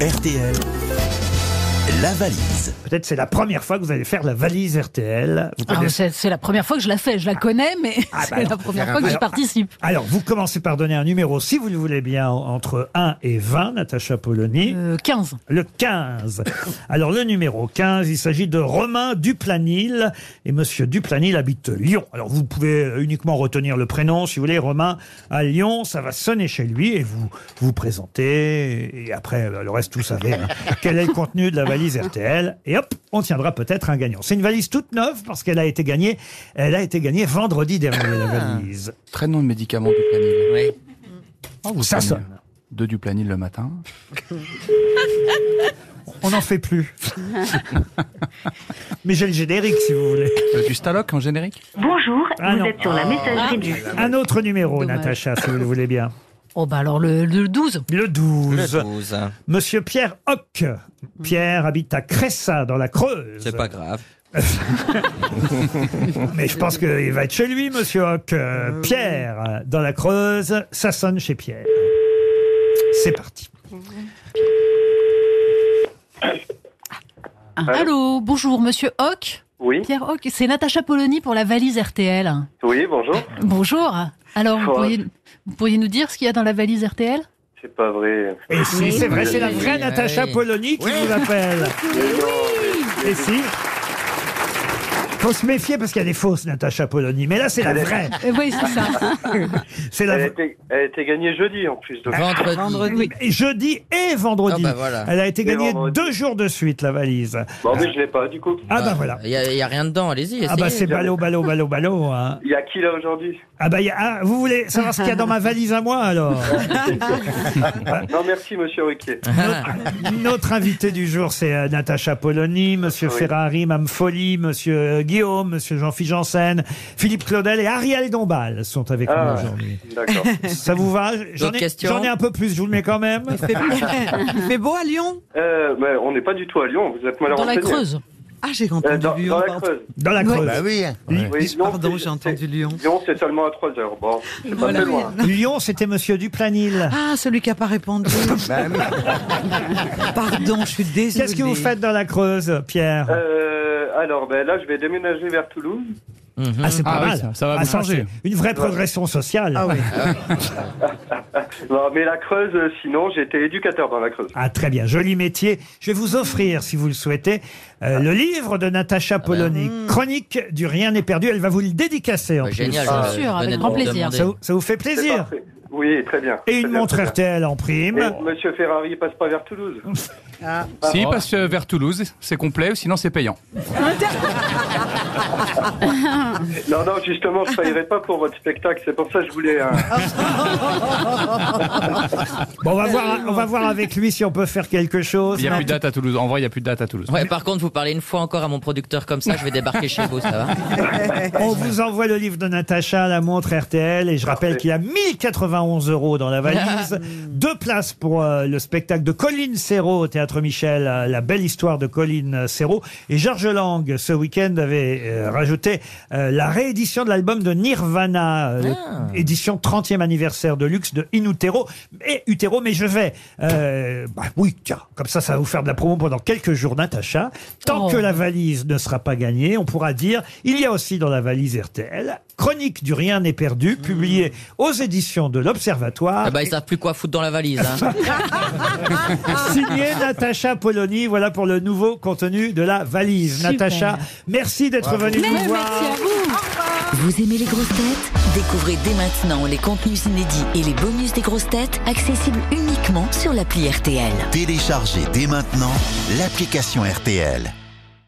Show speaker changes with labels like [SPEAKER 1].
[SPEAKER 1] RTL, la valise.
[SPEAKER 2] Peut-être c'est la première fois que vous allez faire la valise RTL. Vous
[SPEAKER 3] Ah, mais
[SPEAKER 2] connaissez-
[SPEAKER 3] C'est c'est la première fois que je la fais, je la connais, mais
[SPEAKER 2] bah
[SPEAKER 3] c'est
[SPEAKER 2] alors,
[SPEAKER 3] la première fois que je
[SPEAKER 2] alors,
[SPEAKER 3] participe.
[SPEAKER 2] Alors, vous commencez par donner un numéro, si vous le voulez bien, entre 1 et 20, Natacha Polony.
[SPEAKER 3] Euh, 15.
[SPEAKER 2] Le 15. Alors, le numéro 15, il s'agit de Romain Duplanil. Et monsieur Duplanil habite Lyon. Alors, vous pouvez uniquement retenir le prénom, si vous voulez. Romain à Lyon, ça va sonner chez lui et vous vous présentez. Et après, le reste, vous savez hein, quel est le contenu de la valise RTL. Et hop, on tiendra peut-être un gagnant. C'est une valise toute neuve parce qu'elle a été gagnée. Elle a été gagnée vendredi dernier, la valise.
[SPEAKER 4] Très nom de médicament Duplanil. Oui.
[SPEAKER 2] Ça sonne.
[SPEAKER 4] Deux Duplanil le matin.
[SPEAKER 2] On n'en fait plus. Mais j'ai le générique, si vous voulez.
[SPEAKER 4] Euh, du Staloc en générique
[SPEAKER 5] Bonjour,
[SPEAKER 2] Ah
[SPEAKER 5] vous
[SPEAKER 2] non. Ah.
[SPEAKER 5] êtes sur la messagerie du.
[SPEAKER 2] Un autre numéro,
[SPEAKER 3] Dommage.
[SPEAKER 2] Natacha, si vous le voulez bien.
[SPEAKER 3] Oh bah alors le, le 12.
[SPEAKER 2] Le 12. Monsieur Pierre Hoc. Pierre habite à Cressa, dans la Creuse.
[SPEAKER 6] C'est pas grave.
[SPEAKER 2] Mais je pense qu'il va être chez lui, monsieur Hoc. Euh, Pierre, euh, dans la Creuse, ça sonne chez Pierre. C'est parti.
[SPEAKER 3] Allô, bonjour, monsieur Hoc.
[SPEAKER 7] Ah. Oui,
[SPEAKER 3] Pierre Hoc, c'est Natacha Polony pour la valise RTL.
[SPEAKER 7] oui, bonjour.
[SPEAKER 3] Bonjour. Alors, vous
[SPEAKER 7] Bonjour.
[SPEAKER 3] pourriez, vous pourriez nous dire ce qu'il y a dans la valise RTL
[SPEAKER 7] C'est pas vrai.
[SPEAKER 2] Et si, c'est vrai, c'est la vraie Natacha Polony qui vous appelle. Et si faut se méfier parce qu'il y a des fausses Natacha Polony. Mais là, c'est la vraie.
[SPEAKER 3] Euh, Oui, c'est ça.
[SPEAKER 2] C'est la
[SPEAKER 7] Elle a,
[SPEAKER 2] vraie.
[SPEAKER 7] été, elle a été gagnée jeudi en plus.
[SPEAKER 2] Ah,
[SPEAKER 7] donc.
[SPEAKER 6] Vendredi.
[SPEAKER 2] Et jeudi et vendredi.
[SPEAKER 6] Ah bah voilà.
[SPEAKER 2] Elle a été
[SPEAKER 7] Et
[SPEAKER 2] gagnée
[SPEAKER 7] vendredi.
[SPEAKER 2] deux jours de suite, la valise.
[SPEAKER 7] Bon, mais je l'ai pas du coup.
[SPEAKER 2] Ah bah voilà.
[SPEAKER 6] Il y a, il y a rien dedans, allez-y.
[SPEAKER 2] Ah bah
[SPEAKER 6] essayez.
[SPEAKER 2] c'est ballot, ballot, ballot, ballot. hein.
[SPEAKER 7] Il y a qui là aujourd'hui
[SPEAKER 2] Ah bah il y a- ah, vous voulez savoir ce qu'il y a dans ma valise à moi alors Ah.
[SPEAKER 7] Non, merci monsieur Riquier.
[SPEAKER 2] notre, notre invité du jour c'est euh, Natacha Polony, Monsieur
[SPEAKER 7] Oui.
[SPEAKER 2] Ferrari, Mme Folly, Monsieur euh, Guillaume, Monsieur Jean-Philippe Janssen, Philippe Claudel et Ariel Dombal sont avec
[SPEAKER 7] Ah,
[SPEAKER 2] nous aujourd'hui.
[SPEAKER 7] d'accord.
[SPEAKER 2] Ça vous va J'en
[SPEAKER 6] D'autres
[SPEAKER 2] ai,
[SPEAKER 6] questions
[SPEAKER 2] j'en ai un peu plus, je vous le mets quand même.
[SPEAKER 8] Il fait beau à Lyon
[SPEAKER 7] Euh, mais on n'est pas du tout à Lyon, vous êtes mal
[SPEAKER 3] Dans la
[SPEAKER 7] renseigné.
[SPEAKER 3] Creuse.
[SPEAKER 8] Ah, j'ai
[SPEAKER 7] Euh,
[SPEAKER 8] entendu
[SPEAKER 7] dans,
[SPEAKER 8] Lyon.
[SPEAKER 7] dans la
[SPEAKER 8] pardon.
[SPEAKER 7] Creuse.
[SPEAKER 2] Dans la Creuse.
[SPEAKER 6] Bah
[SPEAKER 4] oui.
[SPEAKER 7] Oui, non,
[SPEAKER 8] Pardon,
[SPEAKER 7] c'est-
[SPEAKER 8] j'ai entendu Lyon.
[SPEAKER 7] c'est- Lyon, c'est seulement à 3 heures. Bon, c'est pas
[SPEAKER 8] Voilà.
[SPEAKER 7] très loin.
[SPEAKER 2] Lyon, c'était Monsieur Duplanil.
[SPEAKER 8] Ah, celui qui n'a pas répondu.
[SPEAKER 7] Bah
[SPEAKER 8] Pardon, je suis désolée.
[SPEAKER 2] Qu'est-ce que vous faites dans la Creuse, Pierre
[SPEAKER 7] Euh, alors, ben, là, je vais déménager vers Toulouse.
[SPEAKER 2] Ah, c'est pas
[SPEAKER 4] Ah oui,
[SPEAKER 2] mal.
[SPEAKER 4] ça- ça va
[SPEAKER 2] Ah,
[SPEAKER 4] vous changer.
[SPEAKER 2] c'est Une vraie progression sociale. Ah,
[SPEAKER 8] Ah oui.
[SPEAKER 7] Non, mais la Creuse, euh, sinon, j'étais éducateur dans la Creuse.
[SPEAKER 2] très bien. Joli métier. Je vais vous offrir, si vous le souhaitez, euh, le livre de Natacha Polony, Chronique du Rien n'est perdu. Elle va vous le dédicacer en
[SPEAKER 6] Ouais,
[SPEAKER 2] plus. Ah.
[SPEAKER 6] Génial.
[SPEAKER 3] Bien
[SPEAKER 6] euh,
[SPEAKER 3] sûr, avec
[SPEAKER 6] venez de
[SPEAKER 3] grand
[SPEAKER 6] me
[SPEAKER 3] plaisir.
[SPEAKER 6] demander.
[SPEAKER 2] Ça, vous- ça vous fait
[SPEAKER 7] C'est
[SPEAKER 2] plaisir.
[SPEAKER 7] parfait. Oui, très bien.
[SPEAKER 2] Et
[SPEAKER 7] Très
[SPEAKER 2] une
[SPEAKER 7] bien,
[SPEAKER 2] montre
[SPEAKER 7] très bien.
[SPEAKER 2] RTL en prime.
[SPEAKER 7] Et Monsieur Ferrari passe pas vers Toulouse.
[SPEAKER 4] Si, il passe euh, vers Toulouse, c'est complet, sinon c'est payant.
[SPEAKER 7] Non, non, justement, je payerai pas pour votre spectacle. C'est pour ça que je voulais. euh, un-
[SPEAKER 2] Bon, on va voir, on va voir avec lui si on peut faire quelque chose.
[SPEAKER 4] Il n'y a plus de date à Toulouse. En vrai, il n'y a plus de date à Toulouse.
[SPEAKER 6] Ouais, par contre, vous parlez une fois encore à mon producteur comme ça, je vais débarquer chez vous, ça va
[SPEAKER 2] On vous envoie le livre de Natacha, la montre RTL, et je rappelle
[SPEAKER 7] Parfait.
[SPEAKER 2] qu'il y a 1091 euros dans la valise. Deux places pour euh, le spectacle de Colline Serrault au Théâtre Michel, euh, la belle histoire de Colline euh, Serrault. Et Georges Lang, ce week-end, avait euh, rajouté euh, la réédition de l'album de Nirvana, euh, le- édition 30e anniversaire de luxe de Inutero. Et Utero, mais je vais. euh, bah oui, tiens, comme ça, ça va vous faire de la promo pendant quelques jours, Natacha. Tant
[SPEAKER 3] Oh.
[SPEAKER 2] que la la valise ne sera pas gagnée, on pourra dire il y a aussi dans la valise RTL Chronique du rien n'est perdu, publiée aux éditions de l'Observatoire,
[SPEAKER 6] Mmh. Ah bah, ils savent plus quoi foutre dans la valise. Hein.
[SPEAKER 2] signée Natacha Polony. Voilà pour le nouveau contenu de la valise.
[SPEAKER 3] Super.
[SPEAKER 2] Natacha, merci d'être venue nous
[SPEAKER 3] Mais
[SPEAKER 2] voir.
[SPEAKER 3] merci à vous.
[SPEAKER 9] Vous aimez les grosses têtes Découvrez dès maintenant les contenus inédits et les bonus des grosses têtes accessibles uniquement sur l'appli RTL.
[SPEAKER 1] Téléchargez dès maintenant l'application RTL.